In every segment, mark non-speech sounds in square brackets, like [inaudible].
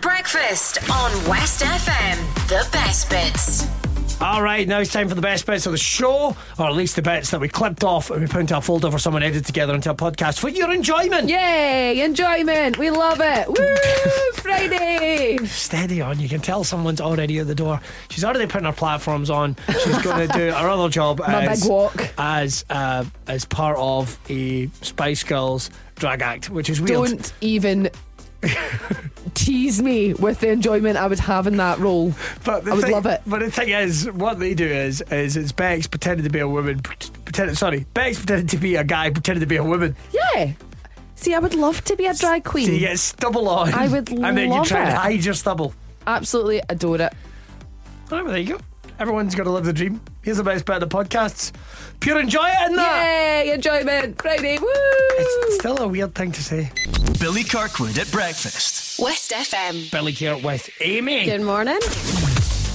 Breakfast on West FM. The best bits. All right, now it's time for the best bits of the show, or at least the bits that we clipped off and we put into a folder for someone to edit together into a podcast for your enjoyment. Yay! Enjoyment. We love it. [laughs] Woo! Friday. Steady on, you can tell someone's already at the door. She's already putting her platforms on. She's going to [laughs] do her other job My as big walk. as uh, as part of a Spice Girls drag act, which is weird. Don't [laughs] even tease me with the enjoyment I would have in that role. But the I would thing, love it. But the thing is, what they do is, is it's Bex pretending to be a woman. pret- Pretend, sorry, Bex pretending to be a guy, pretending to be a woman. Yeah. See, I would love to be a drag queen. So you get stubble on. I [laughs] would And then you love try and it. hide your stubble. Absolutely adore it. All right, well, there you go. Everyone's got to live the dream. Here's the best bit of the podcasts. Pure enjoy it in that. Yay! Enjoyment. Friday. Woo! It's still a weird thing to say. Billy Kirkwood at breakfast. West FM. Billy here with Amy. Good morning.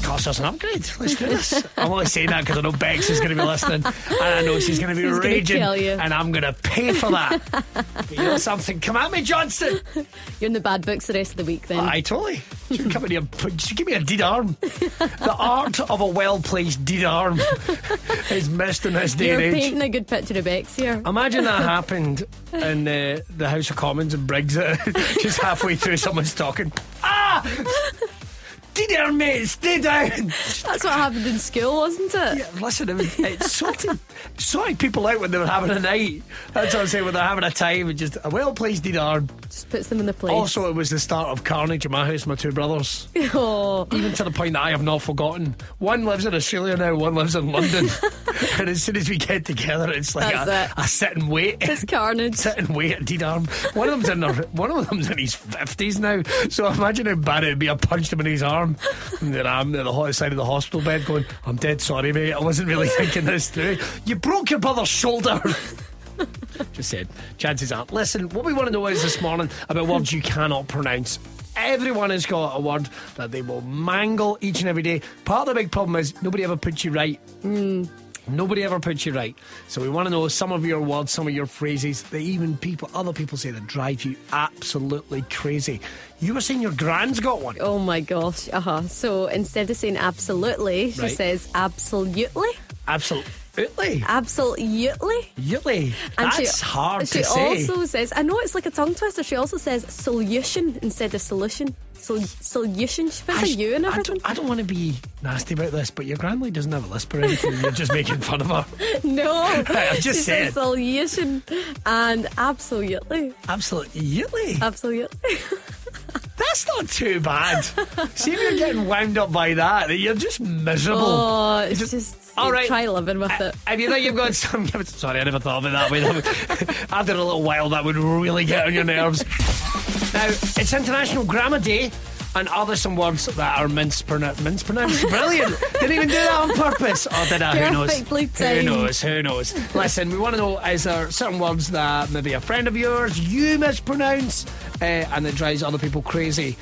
Cost us an upgrade. Let's do this. I'm only saying that because I know Bex is going to be listening, and I know she's going to be She's gonna raging, kill you. and I'm going to pay for that. [laughs] but you know something? Come at me, Johnson. You're in the bad books the rest of the week Ah, then. I totally. She would come in here, put- she give me a deed arm. The art of a well placed deed arm [laughs] is missed in this day You're and age. painting a good picture of Bex here. Imagine that happened in the, the House of Commons in Brexit. [laughs] Just halfway through, someone's talking. Ah! Stay down, mate. Stay down. That's what happened in school, wasn't it? Yeah, listen, it, was- it sorted sorted people out when they were having a night. That's what I'm saying. When they're having a time, and just a well placed deed arm. Just puts them in the place. Also, it was the start of carnage in my house. My two brothers, [laughs] Oh, even to the point that I have not forgotten. One lives in Australia now. One lives in [laughs] London. and as soon as we get together, it's like a, That's a sit and wait. it's [laughs] carnage. sit and wait at Deed Arm. One of them's in their, one of them's in his fifties now. So imagine how bad it'd be. I punched him in his arm, and then I'm at the hot side of the hospital bed, going, "I'm dead sorry, mate. I wasn't really [laughs] thinking this through. You broke your brother's shoulder." Just said. Chances are. Listen, what we want to know is this morning about words you cannot pronounce. Everyone has got a word that they will mangle each and every day. Part of the big problem is nobody ever puts you right. Hmm. Nobody ever puts you right. So we want to know some of your words, some of your phrases that even people, other people say that drive you absolutely crazy. You were saying your grand's got one. Oh my gosh. Uh huh. So instead of saying absolutely, she Right. says absolutely. Absolutely. Absolutely. Absolutely. That's she, hard she to say. also says, I know it's like a tongue twister. She also says solution instead of solution. Sol- solution. She puts I a sh- U in I everything. don't, I don't want to be nasty about this, but your grandly doesn't have a lisp or anything. You're just making fun of her. [laughs] [laughs] No, I'm just she saying. says solution and absolutely, Absolutely. Uh, absolutely. That's not too bad. See if you're getting wound up by that, then you're just miserable. Oh, it's Just- just, all right. try living with it. If you think you've got some, [laughs] sorry, I never thought of it that way. That would- [laughs] After a little while, that would really get on your nerves. now it's International Grammar Day, and are there some words that are mispronounced? Mispronounced? Brilliant! Didn't even do that on purpose. Or did I? Who knows? Perfectly Who timed. knows? Who knows? Listen, we want to know: is there certain words that maybe a friend of yours you mispronounce, uh, and it drives other people crazy?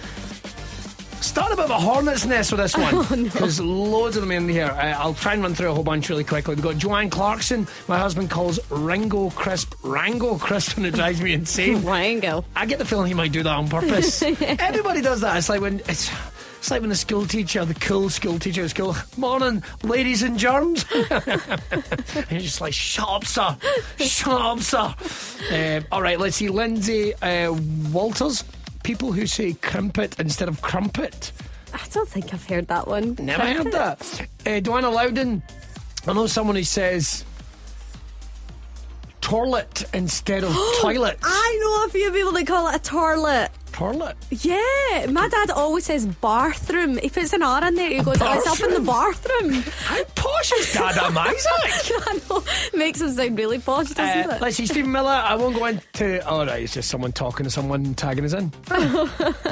Start a bit of a hornet's nest with this one because loads of them in here. Uh, I'll try and run through a whole bunch really quickly. We've got Joanne Clarkson. My husband calls Ringo Crisp Rango Crisp, and it drives me [laughs] insane. Wango. I get the feeling he might do that on purpose. Everybody does that. It's like when it's, it's like when the school teacher, the cool school teacher at school, morning, ladies and germs. [laughs] and you're just like, shut up, sir. Shut up, sir. Um, all right, let's see. Lindsay uh, Walters. People who say crimpet instead of crumpet. I don't think I've heard that one. Never [laughs] heard that. Uh, Joanna Loudon. I know someone who says toilet instead [gasps] of toilet. I know a few people that call it a toilet. Toilet. Yeah, my dad always says bathroom. He puts an R in there. He goes, "Oh, "It's up in the bathroom." How posh is Dad [laughs] Am Isaac? I know, makes him sound really posh, doesn't Uh, it? let's see, Stephen Miller. I won't go into. All right, it's just someone talking to someone tagging us [laughs] in.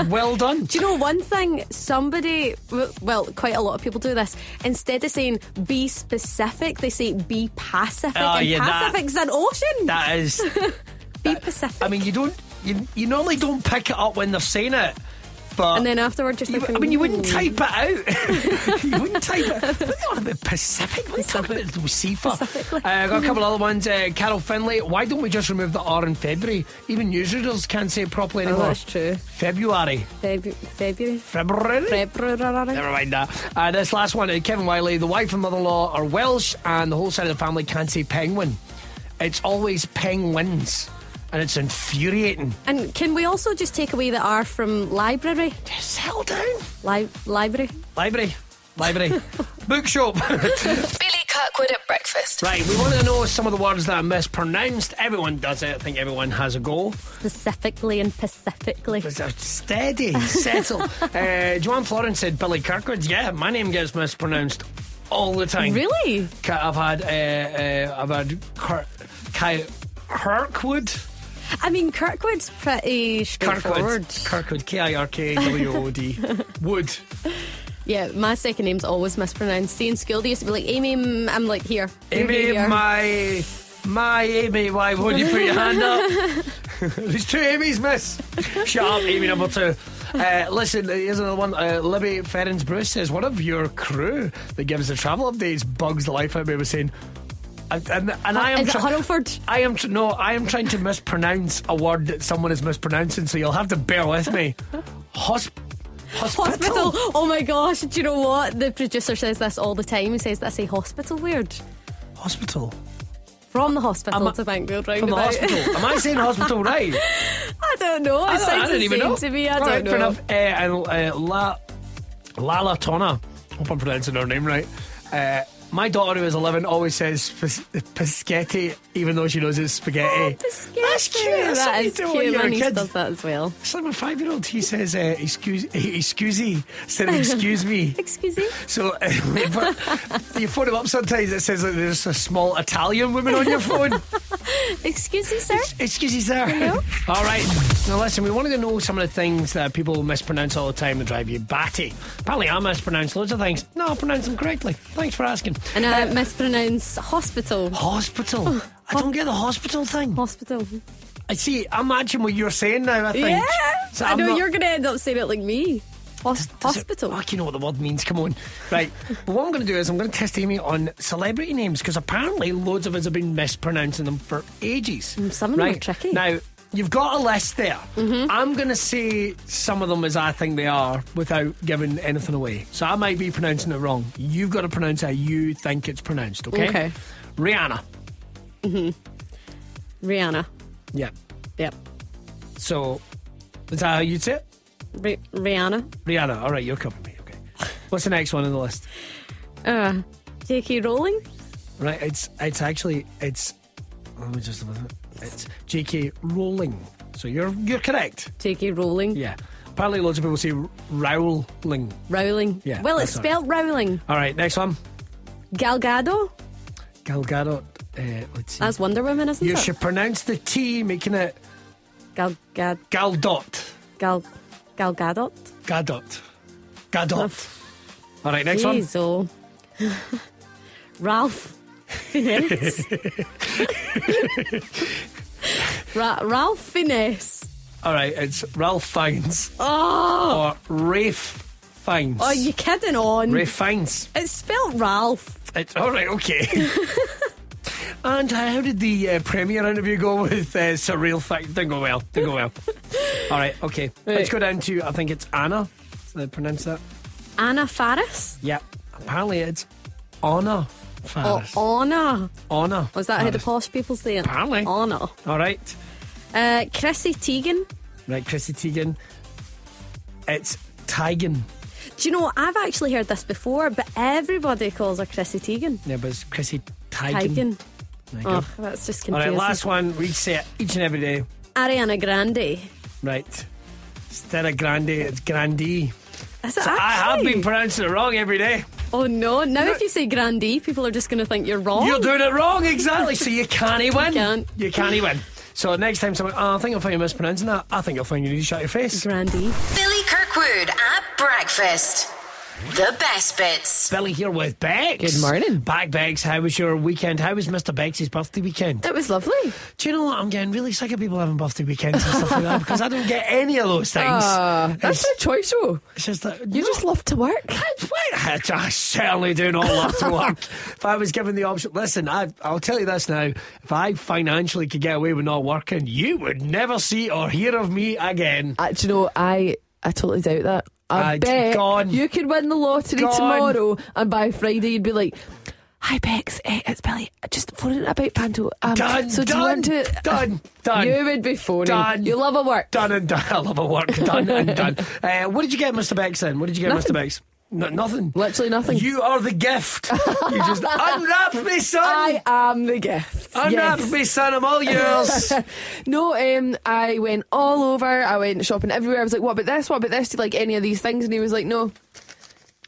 well done. Do you know one thing? Somebody, w- well, quite a lot of people do this. Instead of saying be specific, they say be pacific. Oh, and yeah, that- Pacific's an ocean. That is. be pacific. I mean, you don't. You, you normally don't pick it up when they're saying it. But And then afterward, just You- thinking, I mean, you wouldn't "Ooh." type it out. [laughs] you wouldn't type [laughs] it. What the hell about Pacific? What the about the Lucifer? Specifically. Uh, I got a couple other ones. Uh, Carol Finlay. Why don't we just remove the R in February? Even news readers can't say it properly Oh, anymore. that's true. February, Febu- February. February. February. Never mind that. Uh, this last one, uh, Kevin Wiley, the wife and mother-in-law are Welsh, and the whole side of the family can't say penguin. It's always penguins, and it's infuriating. And can we also just take away the R from library? Settle down. Li- library. Library. [laughs] Library. Bookshop. Billy Kirkwood at breakfast. right, we want to know some of the words that are mispronounced. Everyone does it. I think everyone has a go. Specifically and Pacifically. But they're steady, [laughs] settle. uh, Joanne Florence said Billy Kirkwood. Yeah, my name gets mispronounced all the time. Really? Ca- I've had uh, uh, I've had Kirk, Ki- Kirkwood, I mean, Kirkwood's pretty straightforward. Kirkwood, Kirkwood, K I R K W O [laughs] D, Wood. Yeah, my second name's always mispronounced. See, in school, they used to be like, Amy, m- I'm like, here. Amy, Here, here. my my Amy, why would you put your hand up? [laughs] There's two Amy's, miss. Shut up, Amy number two. Uh, listen, here's another one. Uh, Libby Ferrens Bruce says one of your crew that gives the travel updates bugs the life out of me with saying, and, and, and I am. Is it try- Huddleford? I am tr- no, I am trying to mispronounce a word that someone is mispronouncing, so you'll have to bear with me. Hosp- Hospital. Oh my gosh, do you know what? The producer says this all the time. He says, that's a hospital weird. Hospital. From the hospital Am I- to Bankfield From the Roundabout. hospital. Am I saying hospital right? [laughs] I don't know. It I don't- I sounds don't the even same know. to me. I All right, don't know. Fair enough. Uh, and uh, La, Lala Tonna. Hope I'm pronouncing her name right. Uh, my daughter, who is 11, always says pis- Piscetti, even though she knows it's spaghetti. Biscuit. That's cute. That's Oh, That something is to do when cute. you're My a niece kid. does that as well. It's like my five year old, he says, uh, excuse, excuse me, instead of excuse me. Excuse me. So [laughs] uh, if you phone him up sometimes, it says that there's a small Italian woman on your phone. Excuse [laughs] me, sir. Excuse me, sir. [laughs] All right. Now, listen, we wanted to know some of the things that people mispronounce all the time that drive you batty. Apparently, I mispronounce loads of things. No, I pronounce them correctly. Thanks for asking. And I mispronounce hospital. Hospital. Oh. I don't get the hospital thing. Hospital. I see. I'm matching what you're saying now. I think. Yeah. So I I'm know not- you're going to end up saying it like me. Hos- Does it- hospital. Fuck, you know what the word means. Come on. Right. but what I'm going to do is I'm going to test Amy on celebrity names because apparently loads of us have been mispronouncing them for ages. Mm, some of them are tricky. Mm-hmm. Now, you've got a list there. I'm going to say some of them as I think they are without giving anything away. So I might be pronouncing it wrong. You've got to pronounce how you think it's pronounced, okay? Okay. Rihanna. Rihanna. Yeah. Yep. So is that how you'd say it? Ri- Rihanna. Rihanna. All right, you're covering me. Okay. What's the next one on the list? Uh, J.K. Rowling. Right, it's it's actually it's let me just it's J.K. Rowling. So you're you're correct. J.K. Rowling. Yeah. Apparently, loads of people say R- Rowling. Rowling. Yeah, well, it's that's all right. spelled Rowling. All right, next one. Gal Gadot. Gal Gadot. Uh, let's see. That's Wonder Woman, isn't you it? should pronounce the T, making it Gal Gad. Gal Dot. Gal. Gal Gadot. Gadot. Gadot. All right, next one. Jeez, oh. [laughs] Ralph. [laughs] Finesse. Ra- Ralph Finesse. All right, it's Ralph Fiennes Oh, or Rafe Fiennes. are you Oh, kidding on? Rafe Fiennes. It's spelled Ralph. It's all right, okay. and how did the uh, premiere interview go with uh, surreal fact? Didn't go well. Didn't go well. all right, okay. Let's Right. go down to I think it's Anna. Did I pronounce that? Anna Faris? Yeah. Apparently it's Anna Faris. Or Anna? Anna. Oh, Was that how the Faris. posh people say it? Apparently. Anna. All right, Uh, Chrissy Teigen. right, Chrissy Teigen. It's Tigan. Do you know, I've actually heard this before, but everybody calls her Chrissy Teigen. Yeah, but it's Chrissy Tigan. Teigen. There you go. Oh, that's just All confusing. right, last one. We say it each and every day. Ariana Grande. Right. Instead of Grande, it's Grandee. Is it I have actually? been pronouncing it wrong every day. Oh no! Now if you say grandee, people are just going to think you're wrong. Oh. You're doing it wrong, exactly. So you can't even win. can't. You can't even win. So next time someone, oh, I think I'll find you mispronouncing that. I think I'll find you need to shut your face. grandee. Billy Kirkwood at breakfast. The best bits. Billy here with Bex. Good morning. Back, Bex. How was your weekend? How was Mr. Bex's birthday weekend? It was lovely. Do you know what? I'm getting really sick of people having birthday weekends and stuff like [laughs] that because I don't get any of those things. Uh, that's it's, your choice, though. it's just that. You no. just love to work. I, I certainly do not love to work. [laughs] if I was given the option, listen, I, I'll tell you this now: if I financially could get away with not working, you would never see or hear of me again. Uh, do you know, I, I totally doubt that. I Uh, bet gone. you could win the lottery Gone. tomorrow, and by Friday you'd be like, "Hi Bex, eh, it's Billy. I Just phoning about Panto. Um, Done, so do done, you want to? done, done. You would be phoning. Done. You love a work. Done and done. [laughs] I love a work. Done [laughs] and done. Uh, what did you get, Mr. Bex? Then what did you get, Mr. Nothing. Bex? No, nothing. Literally nothing. You are the gift. you [laughs] just unwrap me, son. I am the gift. unwrap Yes. me, son. I'm all [laughs] yours. No, um, I went all over. I went shopping everywhere. I was like, "What about this? What about this? Do you like any of these things?" And he was like, "No."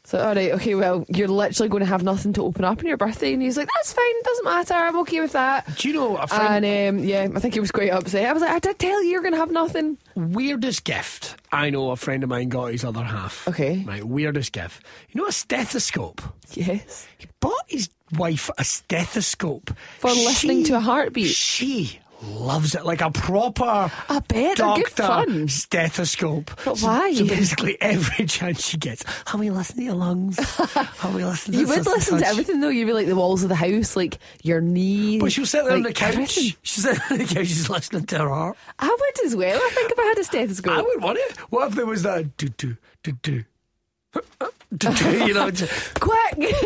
So, all right, okay, well, you're literally going to have nothing to open up on your birthday, and he's like, "That's fine. Doesn't matter. I'm okay with that." do you know a friend? And um, yeah, I think he was quite upset. I was like, "I did tell you you're going to have nothing." Weirdest gift I know a friend of mine got his other half. Okay. Right, weirdest gift. You know a stethoscope? Yes. He bought his wife a stethoscope. For listening to a heartbeat. She loves it. Like a proper I bet, they're doctor good fun. stethoscope. But So- why? So, basically every [laughs] chance she gets, have we listened to your lungs? have we listened to [laughs] You such would and listen to such?" everything though. You'd be like the walls of the house, like your knees. But she'll sit there on the like, couch. everything. She's sitting [laughs] on the couch, she's listening to her heart. I would as well. I think if I had a stethoscope. I would want it. What if there was that do do do do [laughs] do do you know just- Quick.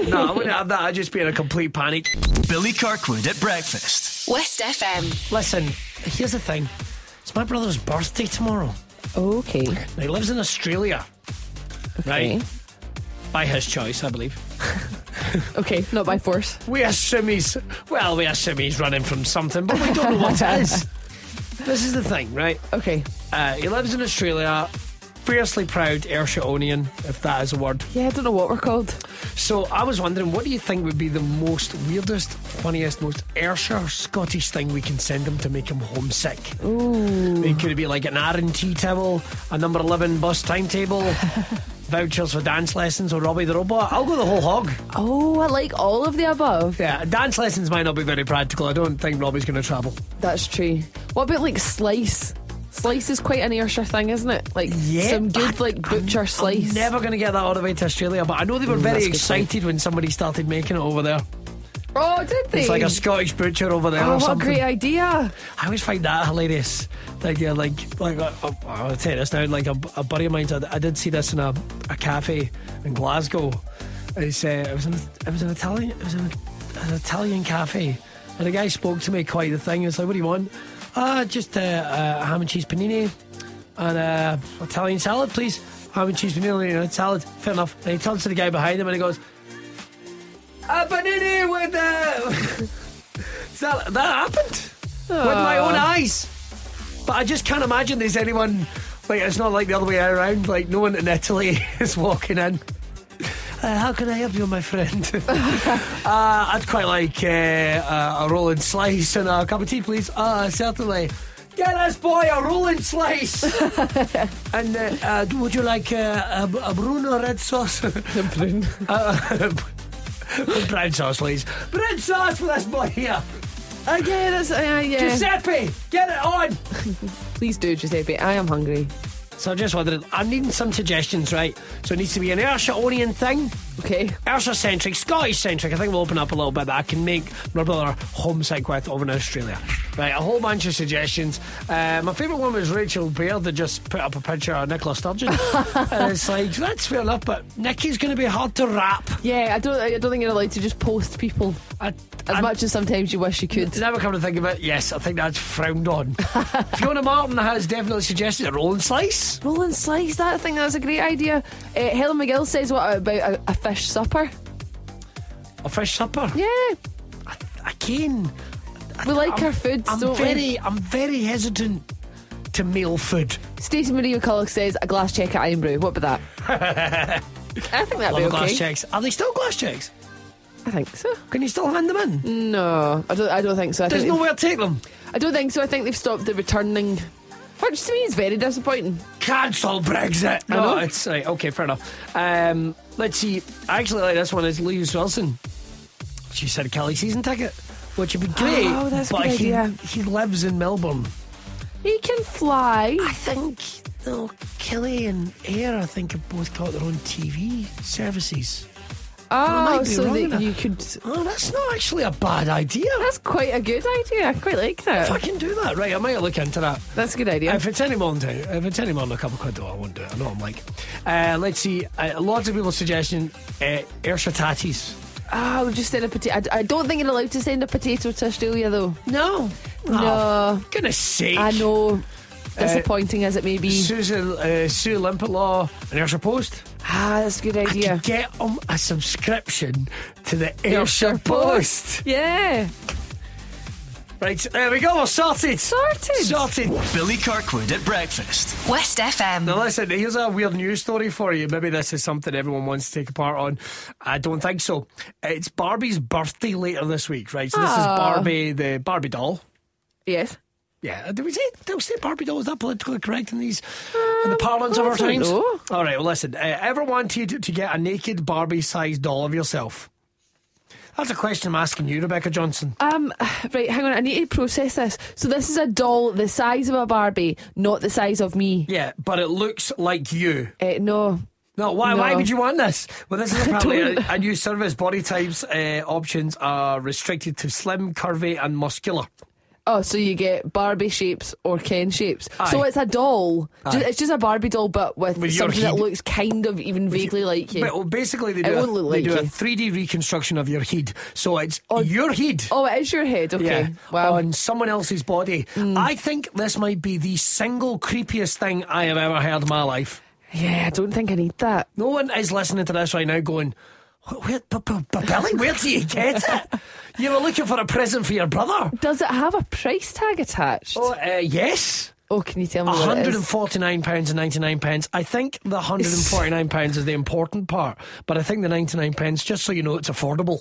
No, I wouldn't have that. I'd just be in a complete panic. Billy Kirkwood at breakfast. West FM. Listen, here's the thing. It's my brother's birthday tomorrow. [laughs] Okay. Now, he lives in Australia. Right? By his choice, I believe. Okay, not by force. We assume he's well, we assume he's running from something, but we don't know what it is. [laughs] This is the thing, right? Okay. Uh, he lives in Australia. Fiercely proud Ayrshire-onian, if that is a word. Yeah, I don't know what we're called. So I was wondering, what do you think would be the most weirdest, funniest, most Ayrshire Scottish thing we can send him to make him homesick? Ooh. It could be like an R and T table, a number eleven bus [laughs] timetable, vouchers for dance lessons or Robbie the Robot. I'll go the whole hog. Oh, I like all of the above. Yeah, dance lessons might not be very practical. I don't think Robbie's going to travel. That's true. What about like slice? Slice is quite an Ayrshire thing, isn't it? Like Yeah, some good but like butcher slice. I'm never going to get that all the way to Australia, but I know they were very that's a good point. excited when somebody started making it over there. oh, did they? It's like a Scottish butcher over there or Oh, what a something. great idea! I always find that hilarious. Like, yeah, like, like uh, uh, I'll tell you this now. Like, a, a buddy of mine, I, I did see this in a, a cafe in Glasgow. It's, uh, it was an, it was an Italian, it was an, an Italian cafe, and the guy spoke to me quite the thing. It's like, "What do you want? Ah, just uh, uh, ham and cheese panini and uh, Italian salad, please. Ham and cheese panini and a salad. Fair enough." And he turns to the guy behind him and he goes, "A panini with uh... [laughs] that that happened." with my own eyes. But I just can't imagine there's anyone like it's not like the other way around. Like no one in Italy [laughs] is walking in. Uh, how can I help you, my friend? [laughs] uh, I'd quite like uh, uh, a rolling slice and a cup of tea, please. Uh, certainly. Get us, boy, a rolling slice. and uh, uh, would you like uh, a, a Bruno red sauce? [laughs] uh, [laughs] bread sauce, please. Bread sauce for this boy here. Uh, yeah, that's uh, yeah. Giuseppe, get it on. Please do, Giuseppe. I am hungry. So I just wondered, I'm needing some suggestions, right? So it needs to be an Ayrshire-Orient thing, Okay. Ayrshire-centric, Scottish-centric. I think we'll open up a little bit that I can make my brother homesick with over in Australia. Right, a whole bunch of suggestions. Uh, my favourite one was Rachel Beard that just put up a picture of Nicola Sturgeon. [laughs] and it's like, that's fair enough, but Nicky's going to be hard to rap. Yeah, I don't. I don't think you're allowed to just post people I, as I- much as sometimes you wish you could. Now we come to think of it, yes, I think that's frowned [laughs] on. Fiona Martin has definitely suggested a rolling slice. Roll and slice that. I think that's a great idea. Uh, Helen McGill says, "What about a, a fish supper?" A fish supper. Yeah, Again, we like I'm- our food. I'm don't very, we? I'm very hesitant to meal food. Stacey Marie McCulloch says a glass check at Ironbrew. What about that? [laughs] I think that'd Love be a okay. glass checks. Are they still glass checks? I think so. Can you still hand them in? Mm. No, I don't. I don't think so. I There's think nowhere to take them. they've- I don't think so. I think they've stopped the returning Which to me is very disappointing. Cancel Brexit. I know. No, it's right. Okay, fair enough. Um, let's see. I actually like this one. Is Louise Wilson? She said Kelly season ticket, which would be great. Oh, that's a but good he, idea. he lives in Melbourne. He can fly. I think though Kelly and Air, I think have both got their own TV services. might Oh, be so wrong that in that. you could. Oh, that's not actually a bad idea. That's quite a good idea. I quite like that. if I can do that, right? I might look into that. That's a good idea. If it's any more than if it's any more than a couple of quid, though, I won't do it. I know what I'm like. Uh, let's see. Uh, lots of people suggesting uh, Ayrshire tatties. oh, just send a potato. I, I don't think you're allowed to send a potato to Australia though. No, No. Ah, Goodness sake! I know. Disappointing as it may be. Susan, uh, Sue Limpetlaw and Ayrshire Post. Ah, that's a good I idea. could get them a subscription to the Ayrshire, Post. Yeah. Right, there we go. We're sorted. Sorted. Sorted. Billy Kirkwood at breakfast. West FM. Now, listen, here's a weird news story for you. Maybe this is something everyone wants to take a part on. I don't think so. It's Barbie's birthday later this week, right? So, this is Aw. Barbie, the Barbie doll. Yes. Yeah, do we say do we say Barbie doll? Is that politically correct in these in the parlance of Uh, I our don't times? know. All right, well, listen. Uh, ever wanted to get a naked Barbie-sized doll of yourself? That's a question I'm asking you, Rebecca Johnson. Um, [sighs] right, hang on. I need to process this. So this is a doll the size of a Barbie, not the size of me. Yeah, but it looks like you. Eh, no. No, why? Why No. would you want this? Well, [laughs] this is apparently don't. a, a new service. Body types uh, options are restricted to slim, curvy, and muscular. Oh, so you get Barbie shapes or Ken shapes. So Aye. it's a doll. Ju- Aye. it's just a Barbie doll, but with, With your something that head. looks kind of even vaguely like you. But, well, basically, they do, It a, won't Oh, look they like do a you. 3D reconstruction of your head. So it's your head. oh, it is your head. Okay. Yeah, Wow. Mm. on someone else's body. I think this might be the single creepiest thing I have ever heard in my life. Yeah, I don't think I need that. No one is listening to this right now going, "Wh- where, b- b- b- Billy, where do you get [laughs] it? You were looking for a present for your brother. Does it have a price tag attached? Oh, Oh, uh, yes. can you tell me what it is? £149 and 99 pence. I think the £149 pounds is the important part, but I think the 99 pence, just so you know, it's affordable.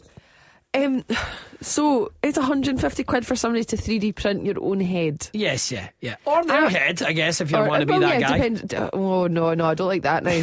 Um, [sighs] so it's 150 quid for somebody to 3D print your own head. Yes, yeah, yeah. Or their Uh, head, I guess, if you Or- want to be well, that yeah, guy. depend- uh, oh no, no, I don't like that now.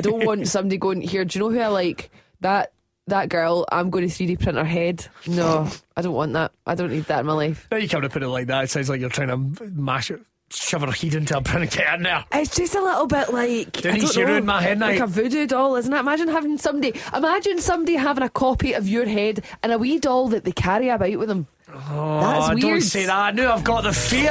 [laughs] don't want somebody going here. Do you know who I like? That that girl. I'm going to 3D print her head. No, I don't want that. I don't need that in my life. Now you come to put it like that, it sounds like you're trying to mash it, shove her head into a print and get in there. It's just a little bit like Denise, I don't you know, ruined my head like night. a voodoo doll, isn't it? Imagine having somebody, imagine somebody having a copy of your head and a wee doll that they carry about with them. Oh, That's don't weird. say that. I knew I've got the fear.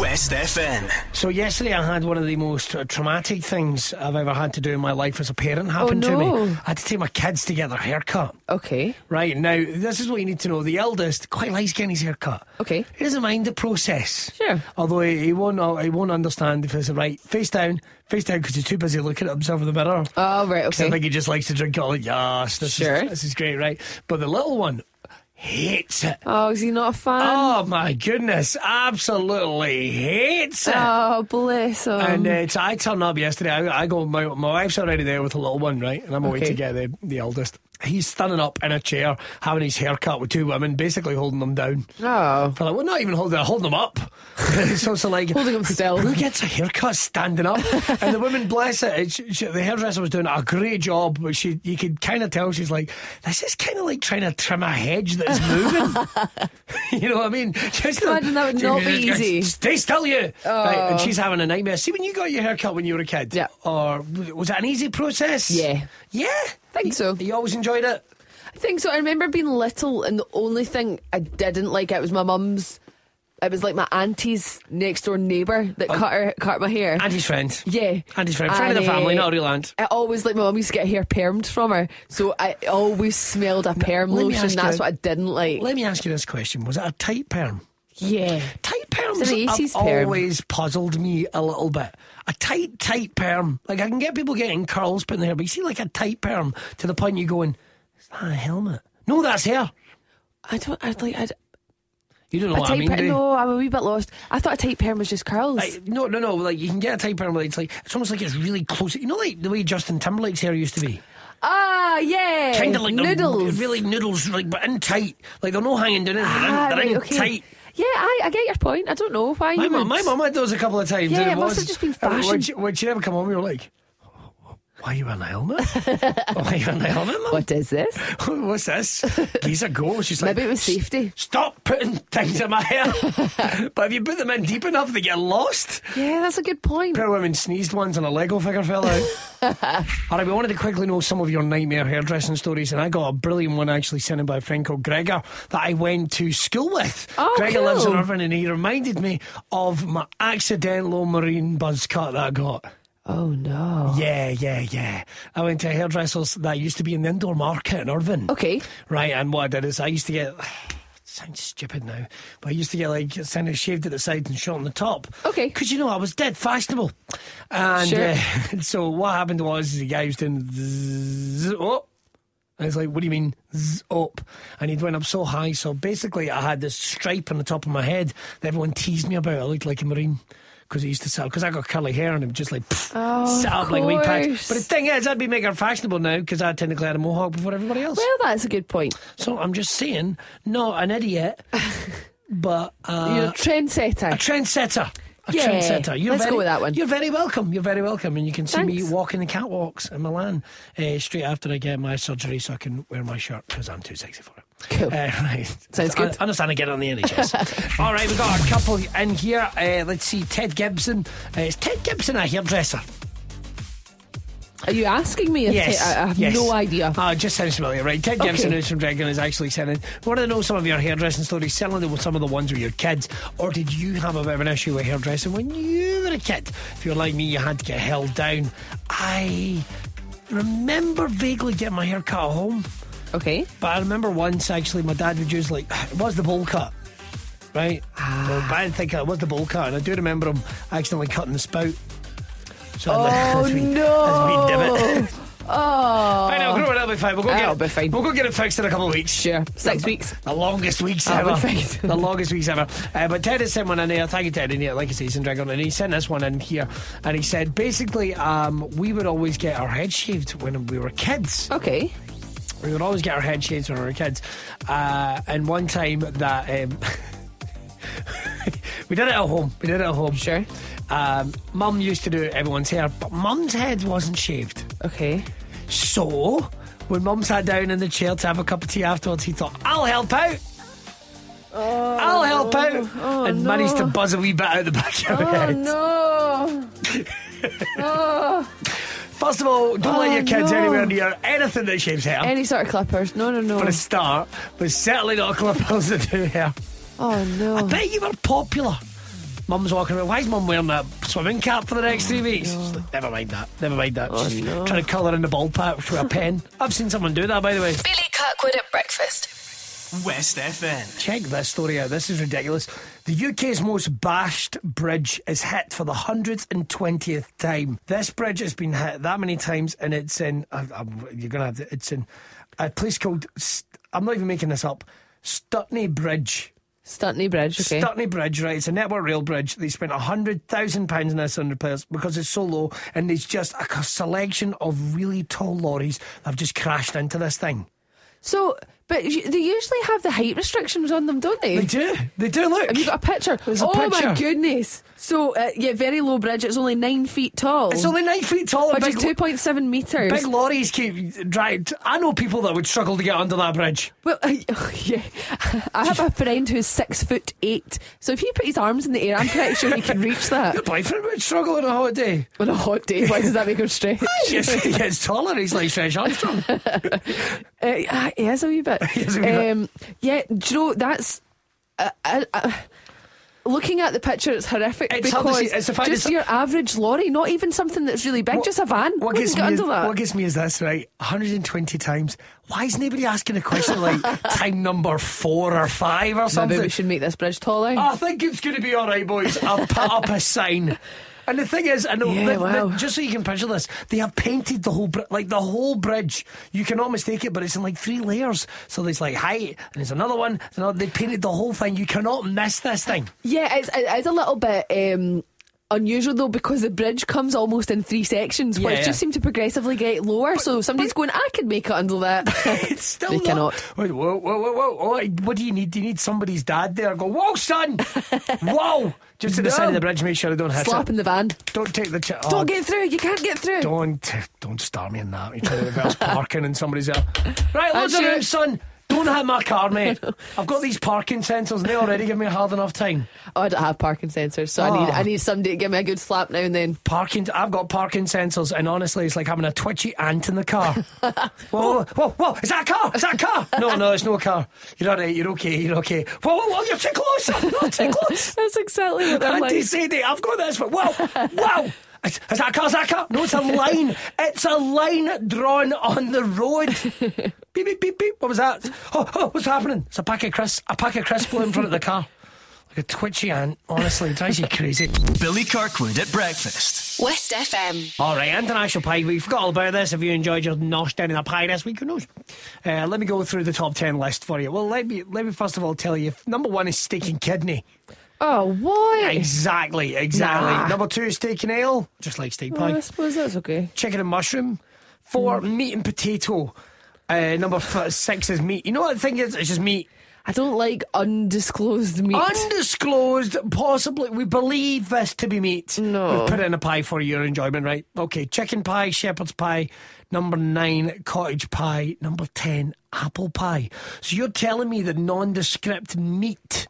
West FM. So yesterday I had one of the most uh, traumatic things I've ever had to do in my life as a parent happen to Oh, no. me. I had to take my kids to get their haircut. Okay, Right, now, this is what you need to know. The eldest quite likes getting his hair cut. Okay. He doesn't mind the process. Sure. Although he, he won't uh, he won't understand if it's the right face down, face down because he's too busy looking at himself in the mirror. oh right, 'Cause I okay. think he just likes to drink it all. Like, yes, this, Sure. is, this is great, right? But the little one hates it. Oh, is he not a fan? Oh my goodness, absolutely hates it. Oh, bless him. And uh, so I turn up yesterday. I, I go. My, my wife's already there with a little one, right? And I'm away Okay. to get the the eldest. He's standing up in a chair, having his hair cut with two women, basically holding them down. oh, But like, well, not even holding, holding them up. [laughs] so it's like Holding them still. Who gets a haircut standing up? and the woman, bless it, it- she, she- the hairdresser was doing a great job, but she, you could kind of tell she's like, this is kind of like trying to trim a hedge that's moving. [laughs] [laughs] you know what I mean? Just Imagine that would not be easy. Oh. Stay still, you. Right, and she's having a nightmare. See, when you got your haircut when you were a kid, Yeah. or was it an easy process? Yeah. yeah, Think so. You, you always enjoyed it. think so. I remember being little, and the only thing I didn't like it was my mum's. It was like my auntie's next door neighbour that cut her cut my hair. Andy's friend. yeah, Andy's friend, friend of the And, family, eh, not a real aunt. I always like my mum used to get hair permed from her, so I always smelled a perm let me lotion. ask That's you- what I didn't like. Let me ask you this question: Was it a tight perm? yeah, Tight perms It's an have 80s perm. always puzzled me a little bit. A tight, tight perm. Like I can get people getting curls put in there, but you see like a tight perm to the point you're going, "Is that a helmet? No, that's hair." I don't. I like. I, You don't know a what tight I mean? perm. do you? No, I'm a wee bit lost. I thought a tight perm was just curls. Like, no, no, no. Like you can get a tight perm, but it's like it's almost like it's really close. You know, like the way Justin Timberlake's hair used to be, ah, yeah, kind of like the- noodles. really noodles, like but in tight. Like they're not hanging down, they're in, Ah, they're in right, okay. tight. Yeah, I, I get your point. I don't know why My you mum, would- my mum had those a couple of times. Yeah, and it must have just been When fashion. she, when she never come home, we were like, "Why are you wearing a [laughs] helmet? Why are you wearing a helmet, mum? What is this? [laughs] What's this? Geese a go." She's like, Maybe it was "S- safety. Stop putting things in my [laughs] hair. but if you put them in deep enough, they get lost. Yeah, that's a good point. Pair of women sneezed once and a Lego figure fell [laughs] out. All right, we wanted to quickly know some of your nightmare hairdressing stories, and I got a brilliant one actually sent in by a friend called Gregor that I went to school with. Oh, Gregor lives in cool. Irvine, and he reminded me of my accidental marine buzz cut that I got. Oh no. Yeah, yeah, yeah. I went to a hairdresser's that used to be in the indoor market in Irvine. Okay. Right, and what I did is I used to get. [sighs] Sounds stupid now, but I used to get like kind of shaved at the sides and shot on the top. Okay. Because you know I was dead fashionable, and Sure. uh, [laughs] so what happened was the guy was doing zzz up. And it's like, what do you mean zzz up? And he'd went up so high, so basically I had this stripe on the top of my head that everyone teased me about. I looked like a marine. Because it used to sell, because I got curly hair and it was just like pfft, Oh, sat of up like a wee patch. course. But the thing is, I'd be making fashionable now because I technically had a mohawk before everybody else. Well, that's a good point. So I'm just saying, not an [laughs] idiot, but uh, You're a a trendsetter. trendsetter. A Yeah, trendsetter. You're let's very, go with that one. You're very welcome. You're very welcome. And you can see me Thanks. walking the catwalks in Milan uh, straight after I get my surgery so I can wear my shirt because I'm too sexy for it. Cool. Uh, [laughs] right. Sounds good. I understand I get it on the [laughs] NHS. All right, we've got a couple in here. Uh, let's see, Ted Gibson. Uh, is Ted Gibson a hairdresser? Are you asking me? If Yes. I I have yes. no idea. Ah, it just sounds familiar, right? Ted Okay. Gibson, who's from Dragon, is actually sending. We want to know some of your hairdressing stories, certainly the- some of the ones with your kids. Or did you have a bit of an issue with hairdressing when you were a kid? If you're like me, you had to get held down. I remember vaguely getting my hair cut at home. Okay. But I remember once actually, my dad would use like [sighs] it was the bowl cut, right? Ah. Well, but I didn't think it was the bowl cut, and I do remember him accidentally cutting the spout. So [laughs] Oh, that's me, no. That's me, divot. Oh. I know, grow it, it'll be fine. We'll go Ah, That'll get it. be fine. We'll go get it fixed in a couple of weeks. Sure. Six weeks. The longest weeks That'll ever. be fine. [laughs] the longest weeks ever. Uh, but Ted has sent one in here. Thank you, Ted. In here, like I say, he's in Dragon, and he sent this one in here, and he said basically, um, we would always get our heads shaved when we were kids. Okay. We would always get our head shaved when we were kids. Uh, and one time that um, [laughs] we did it at home. We did it at home. Sure. Um, Mum used to do everyone's hair, but Mum's head wasn't shaved. Okay. So when Mum sat down in the chair to have a cup of tea afterwards, he thought, "I'll help out." I'll help out and managed to buzz a wee bit out the back of her Oh head. no. oh. First of all, don't let Oh, your kids no. anywhere near anything that shaves hair. Any sort of clippers? No, no, for no. a start, but certainly not clippers that do hair. Oh I no. bet you were popular. Mum's walking around. Why is mum wearing that swimming cap for the next three Oh, weeks? She's like, never mind that. Never mind that. She's trying to colour in the ball patch with a pen. I've seen someone do that, by the way. Billy Kirkwood at breakfast. West FN. Check this story out. This is ridiculous. The UK's most bashed bridge is hit for the 120th time. This bridge has been hit that many times, and it's in. I, I, you're gonna have to. It's in a place called. St- I'm not even making this up. Stutney Bridge. Stuntney Bridge. Okay. Stutney Bridge, right? It's a network rail bridge. They spent hundred thousand pounds on this underpass because it's so low, and there's just a c- selection of really tall lorries that have just crashed into this thing. so, but y- they usually have the height restrictions on them, don't they? They do. They do. Look. Have you got a picture? There's a oh my picture. goodness! So uh, yeah, very low bridge. It's only nine feet tall, It's only nine feet tall. and which is big- two point seven meters. Big lorries keep dragged. I know people that would struggle to get under that bridge. Well, [laughs] I, oh, yeah, I have a friend who's six foot eight. So if he put his arms in the air, I'm pretty sure he can reach that Your boyfriend would struggle on a hot day. [laughs] on a hot day. Why does that make him [laughs] stretch? Yes, he gets taller. He's like Stretch [laughs] Armstrong. Uh, ah, he is a wee [laughs] bit. is a wee bit. um, Yeah, do you know that's. Uh, uh, uh, Looking at the picture, it's horrific It's hard to because see. It's the fact just it's- your average lorry, not even something that's really big, just a van. What wouldn't gets, get me is, under that. what gets me is this, right? 120 times. Why is nobody asking a question [laughs] like time number four or five or Maybe something? we should make this bridge taller. I think it's going to be all right, boys. I'll put up a sign. And the thing is, I know Yeah, that- that- wow. just so you can picture this, they have painted the whole bri- like the whole bridge. You cannot mistake it, but it's in like three layers. So there's like height, and there's another one. there's [laughs] another- they painted the whole thing. You cannot miss this thing. Yeah, it's, it is a little bit. Um, unusual though because the bridge comes almost in three sections, which Yeah. just seem to progressively get lower. so somebody's going, I could make it under that. [laughs] It's still they not- cannot. Wait, whoa, whoa, whoa, whoa! Oh, I- what do you need? Do you need somebody's dad there? Go, whoa, [laughs] son! whoa! Just to the side of the bridge. Make sure I don't hit Slap it. in the van. Don't take the. Ch- oh, Don't get through. You can't get through. Don't don't start me in that. You're trying to reverse parking and somebody's there. Right, I listen do. out, son. Don't hit my car, mate. I've got these parking sensors and they already give me a hard enough time. Oh, I don't have parking sensors, so I need Oh. I need somebody to give me a good slap now and then. Parking I've got parking sensors and honestly it's like having a twitchy ant in the car. whoa, whoa, whoa, whoa, is that a car? Is that a car? No, no, it's no car. You're alright, you're okay, you're okay. Whoa, whoa, whoa, you're too close. Not too close. That's exactly what [laughs] I'm Auntie like. Sadie, I've got this one. Wow, [laughs] wow. Is is that a car? Is that a car? No, it's a line. It's a line drawn on the [laughs] road. beep, beep, beep, beep. What was that? Oh, oh, what's happening? It's a pack of crisps. A pack of crisps blew in front of the car. Like a twitchy ant. Honestly, it drives you [laughs] crazy. Billy Kirkwood at breakfast. West FM. All right, international pie. We forgot all about this. If you enjoyed your nosh down in the pie this week, who knows? Uh, let me go through the top ten list for you. Well, let me let me first of all tell you. Number one is steak and [laughs] kidney. Oh, why? Exactly, exactly. Nah. Uh, Number two is steak and ale, just like steak pie. I suppose that's okay. chicken and mushroom. Four, Mm. meat and potato. Uh, number f- six is meat. You know what the thing is? It's just meat. I don't like undisclosed meat. Undisclosed, possibly. We believe this to be meat. No. We've put it in a pie for your enjoyment, right? Okay, chicken pie, shepherd's pie. Number nine, cottage pie. Number ten, apple pie. So you're telling me the nondescript meat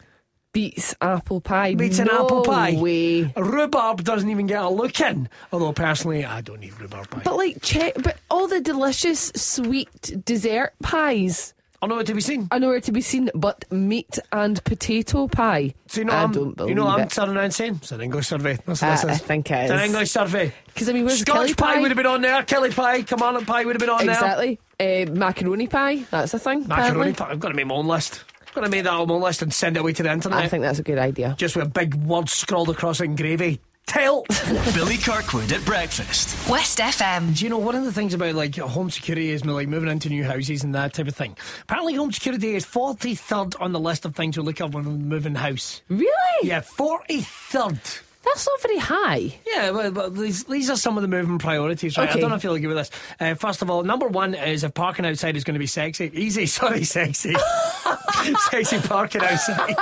beats apple pie. beats an No apple pie? Way. Rhubarb doesn't even get a look in. Although, personally, I don't need rhubarb pie. But like, che- but all the delicious sweet dessert pies I know what Oh, to be seen. are nowhere to be seen. But meat and potato pie. So you know, I I'm, don't believe you know, what I'm it. turning around saying it's an English survey. That's Uh, what I this is. think it It's an is. English survey. 'Cause, I mean, where's the Scotch Kelly pie, pie? would have been on there. Kelly pie, Kilmarnock pie would have been on exactly. Uh, macaroni pie. That's a thing. there. Macaroni apparently. pie. I've got to make my own list. I've got to make that on my list and send it away to the internet. I think that's a good idea. Just with a big word scrawled across it in gravy. [laughs] Tilt. Billy Kirkwood at breakfast. West FM. Do you know one of the things about like home security is like moving into new houses and that type of thing? Apparently, home security is forty third on the list of things we look at when we move in house. Really? Yeah, forty third. That's not very high. Yeah, well, well, these these are some of the moving priorities, right? I Okay. don't know if you'll agree with this. Uh, first of all, number one is if parking outside is going to be sexy. Easy, [laughs] sorry, [laughs] sexy. sexy parking outside.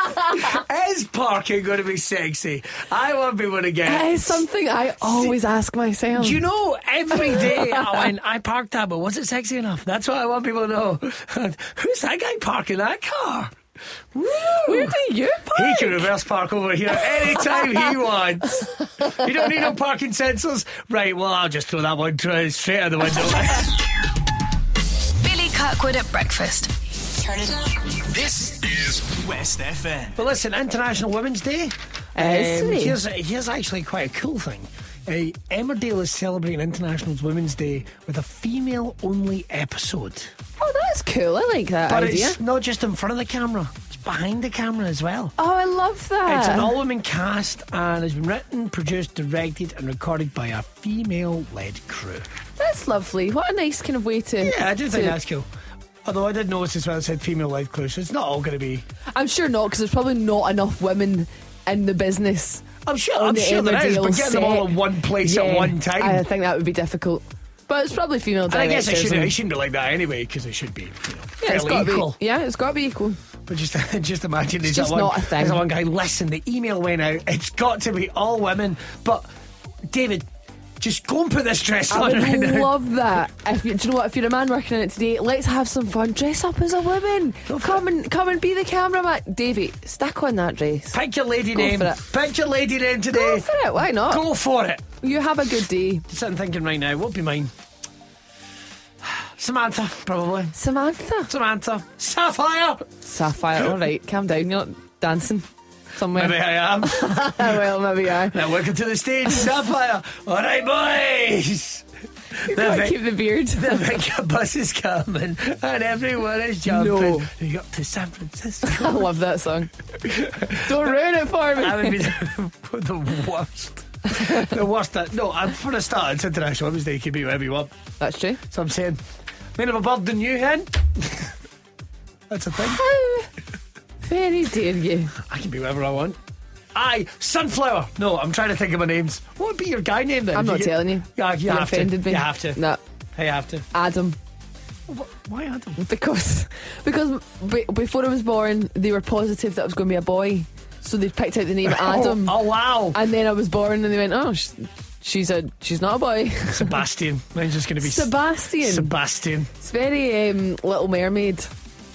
is parking going to be sexy? I want people to get. That is something I always ask myself. Do you know every day [laughs] I went, I parked that, but was it sexy enough? That's what I want people to know. [laughs] Who's that guy parking that car? Woo! Where do you He park? can reverse park over here anytime he [laughs] wants. You don't need no parking sensors. Right, well, I'll just throw that one tr- straight out the window. [laughs] Billy Kirkwood at breakfast. Turn it up. This is West FM. but listen, International Women's Day. um, It is today. here's, here's actually quite a cool thing. Uh, Emmerdale is celebrating International Women's Day with a female only episode. Oh, that's cool. I like that But idea. it's not just in front of the camera, it's behind the camera as well. Oh, I love that. It's an all women cast and has been written, produced, directed, and recorded by a female led crew. That's lovely. What a nice kind of way to. Yeah, I do think to- that's cool. Although I did notice as well, it said female led clues, so it's not all going to be. I'm sure not, because there's probably not enough women in the business. I'm sure, on I'm the sure there is, Emmerdale but getting them all set. in one place Yeah, at one time. I think that would be difficult. But it's probably female and I guess it directors. shouldn't, and- it shouldn't be like that anyway, because it should be you know, yeah, it's fairly gotta equal. Be, yeah, it's got to be [laughs] equal. But just, just imagine there's just that one, not a thing. there's that one guy. Listen, the email went out. It's got to be all women. But David, just go and put this dress I on right would now. love that. If you, do you know what? If you're a man working on it today, let's have some fun. Dress up as a woman. Go for Come and come and be the cameraman, Davy. Stick on that dress. Pick your lady Go name. for it. Pick your lady name today. Go for it. Why not? Go for it. You have a good day, Sitting thinking right now, what'd be mine? [sighs] Samantha, probably. Samantha. Samantha. Sapphire. Sapphire. All right, calm down. You're not dancing somewhere. Maybe I am. Oh, [laughs] well, maybe I. now welcome to the stage, Sapphire. All right, boys. The, Gotta Vic- keep the beard. the Victor bus is coming and everyone is jumping. No. We got to San Francisco. [laughs] I love that song. Don't ruin it for me. I would be the, [laughs] the worst. the worst. At, no, I'm for a start. It's International Women's Day. You can be whatever you want. That's true. So I'm saying, men of a bird than you, hen. [laughs] That's a thing. Ah, Very dare you. I can be whatever I want. Aye, Sunflower. No, I'm trying to think of my names. What would be your guy name then? I'm If not get- telling you. Yeah, you You're have offended to. me. You have to. No, You have to. Adam. Wh- Why Adam? Because because be, before I was born, they were positive that I was going to be a boy, so they picked out the name [laughs] Adam. Oh, oh, wow. And then I was born, and they went, "Oh, sh- she's a she's not a boy." Sebastian. Mine's just [laughs] going to be S- Sebastian. Sebastian. it's very um, Little Mermaid.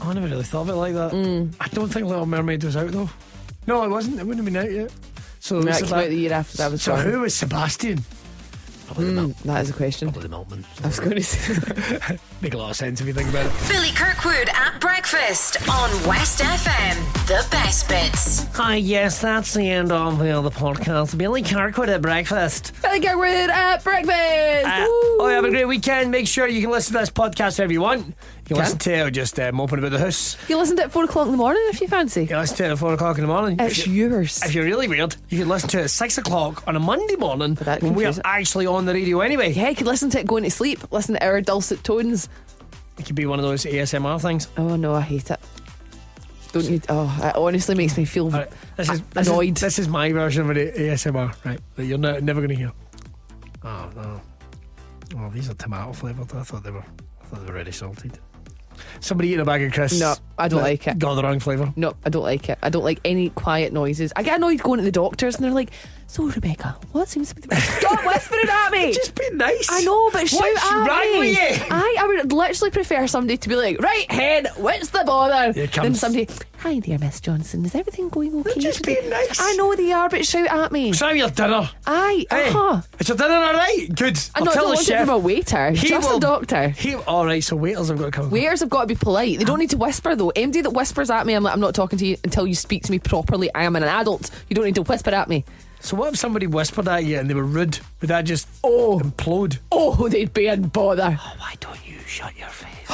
Oh, I never really thought of it like that. Mm. I don't think Little Mermaid was out though. No, it wasn't. It wouldn't have been out yet. So, No, it Seba- came out the year after that was Mm. so born. who was Sebastian? Oh, Probably the Mil- That is a question. probably the Milkman. I was going to [laughs] say. Make a lot of sense if you think about it. Billy Kirkwood at breakfast on West FM. The best bits. Hi, yes, that's the end of the other podcast. Billy Kirkwood at breakfast. Billy Kirkwood at breakfast. Uh, Woo! oh, have a great weekend. Make sure you can listen to this podcast wherever you want. You can listen to it or just uh, moping about the house. You listen to it at four o'clock in the morning if you fancy. You can listen to it at 4 o'clock in the morning. It's If you- yours. if you're really weird, you can listen to it at 6 o'clock on a Monday morning that when we're confuses- actually on the radio anyway. Yeah, you could listen to it going to sleep. Listen to our dulcet tones. It could be one of those ASMR things. Oh no, I hate it. Don't need. Oh, it honestly makes me feel All right, this is, this is- Uh, annoyed. this is my version of an ASMR, right? That you're no, never going to hear. Oh no! Oh, these are tomato flavored. I thought they were. I thought they were already salted. Somebody eating a bag of crisps. No, I don't that like it. Got the wrong flavour. no, I don't like it. I don't like any quiet noises. I get annoyed going to the doctors and they're like, "So Rebecca, what seems to be [laughs] the stop whispering at me." Just [laughs] be nice. I know, but shout What's at wrong me. with you? I, I would literally prefer somebody to be like, right, head, what's the bother? Here Than comes- somebody, hi there, Miss Johnson, is everything going okay? just today?" being nice. I know they are, but shout at me. Try your dinner. Aye, Hey, uh-huh. is your dinner all right? Good. I'm I'll not tell don't the want it chef. from a waiter, just will- a doctor. He all right. So waiters have got to come. Waiters have got to be polite. They don't need to whisper though. MD that whispers at me, I'm like, I'm not talking to you until you speak to me properly. I am an adult. You don't need to whisper at me. So what if somebody whispered at you and they were rude? Would that just Oh. implode? Oh, they'd be in bother. [laughs] Why don't you shut your face?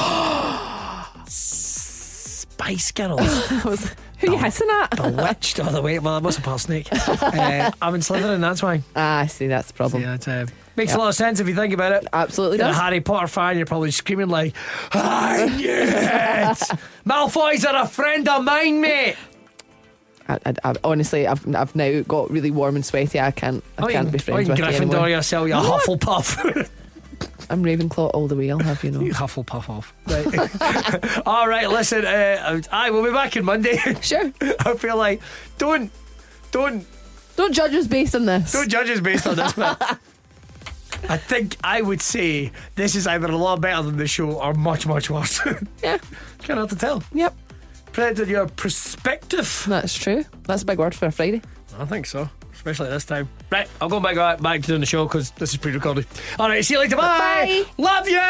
[gasps] Spice Girls. I was like, Who are you hissing at? [laughs] Bewitched. Oh, the way. Well, that was a past snake. Uh, I'm in Slytherin, that's why. Ah, see, that's the problem. Yeah, it uh, makes a lot of sense if you think about it. Absolutely You're does. a Harry Potter fan, you're probably screaming like, I [laughs] knew it! Malfoys are a friend of mine, mate! I, I, I, honestly, I've, I've now got really warm and sweaty. I can't, I Or you can't can- be or friends you with can you Gryffindor anymore. yourself, you What? [laughs] Hufflepuff. I'm Ravenclaw all the way. I'll have you [laughs] know. you Hufflepuff off. Right. [laughs] All right, listen, uh, I will be back on Monday. [laughs] Sure. I feel like, don't, don't Don't judge us based on this. Don't judge us based on this, man. [laughs] I think I would say this is either a lot better than the show or much, much worse. [laughs] kind yeah. of hard to tell. Yep. Depends on your perspective. That's true. That's a big word for a Friday. I think so, especially this time. Right, I'll go back right, back to doing the show because this is pre-recorded. All right, see you later. Bye. Love you.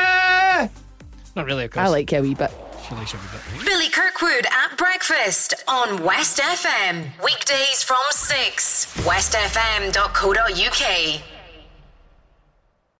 Not really, of course. I like you a wee bit. She likes you a wee bit. Billy Kirkwood at breakfast on West FM. Weekdays from 6. WestFM.co.uk.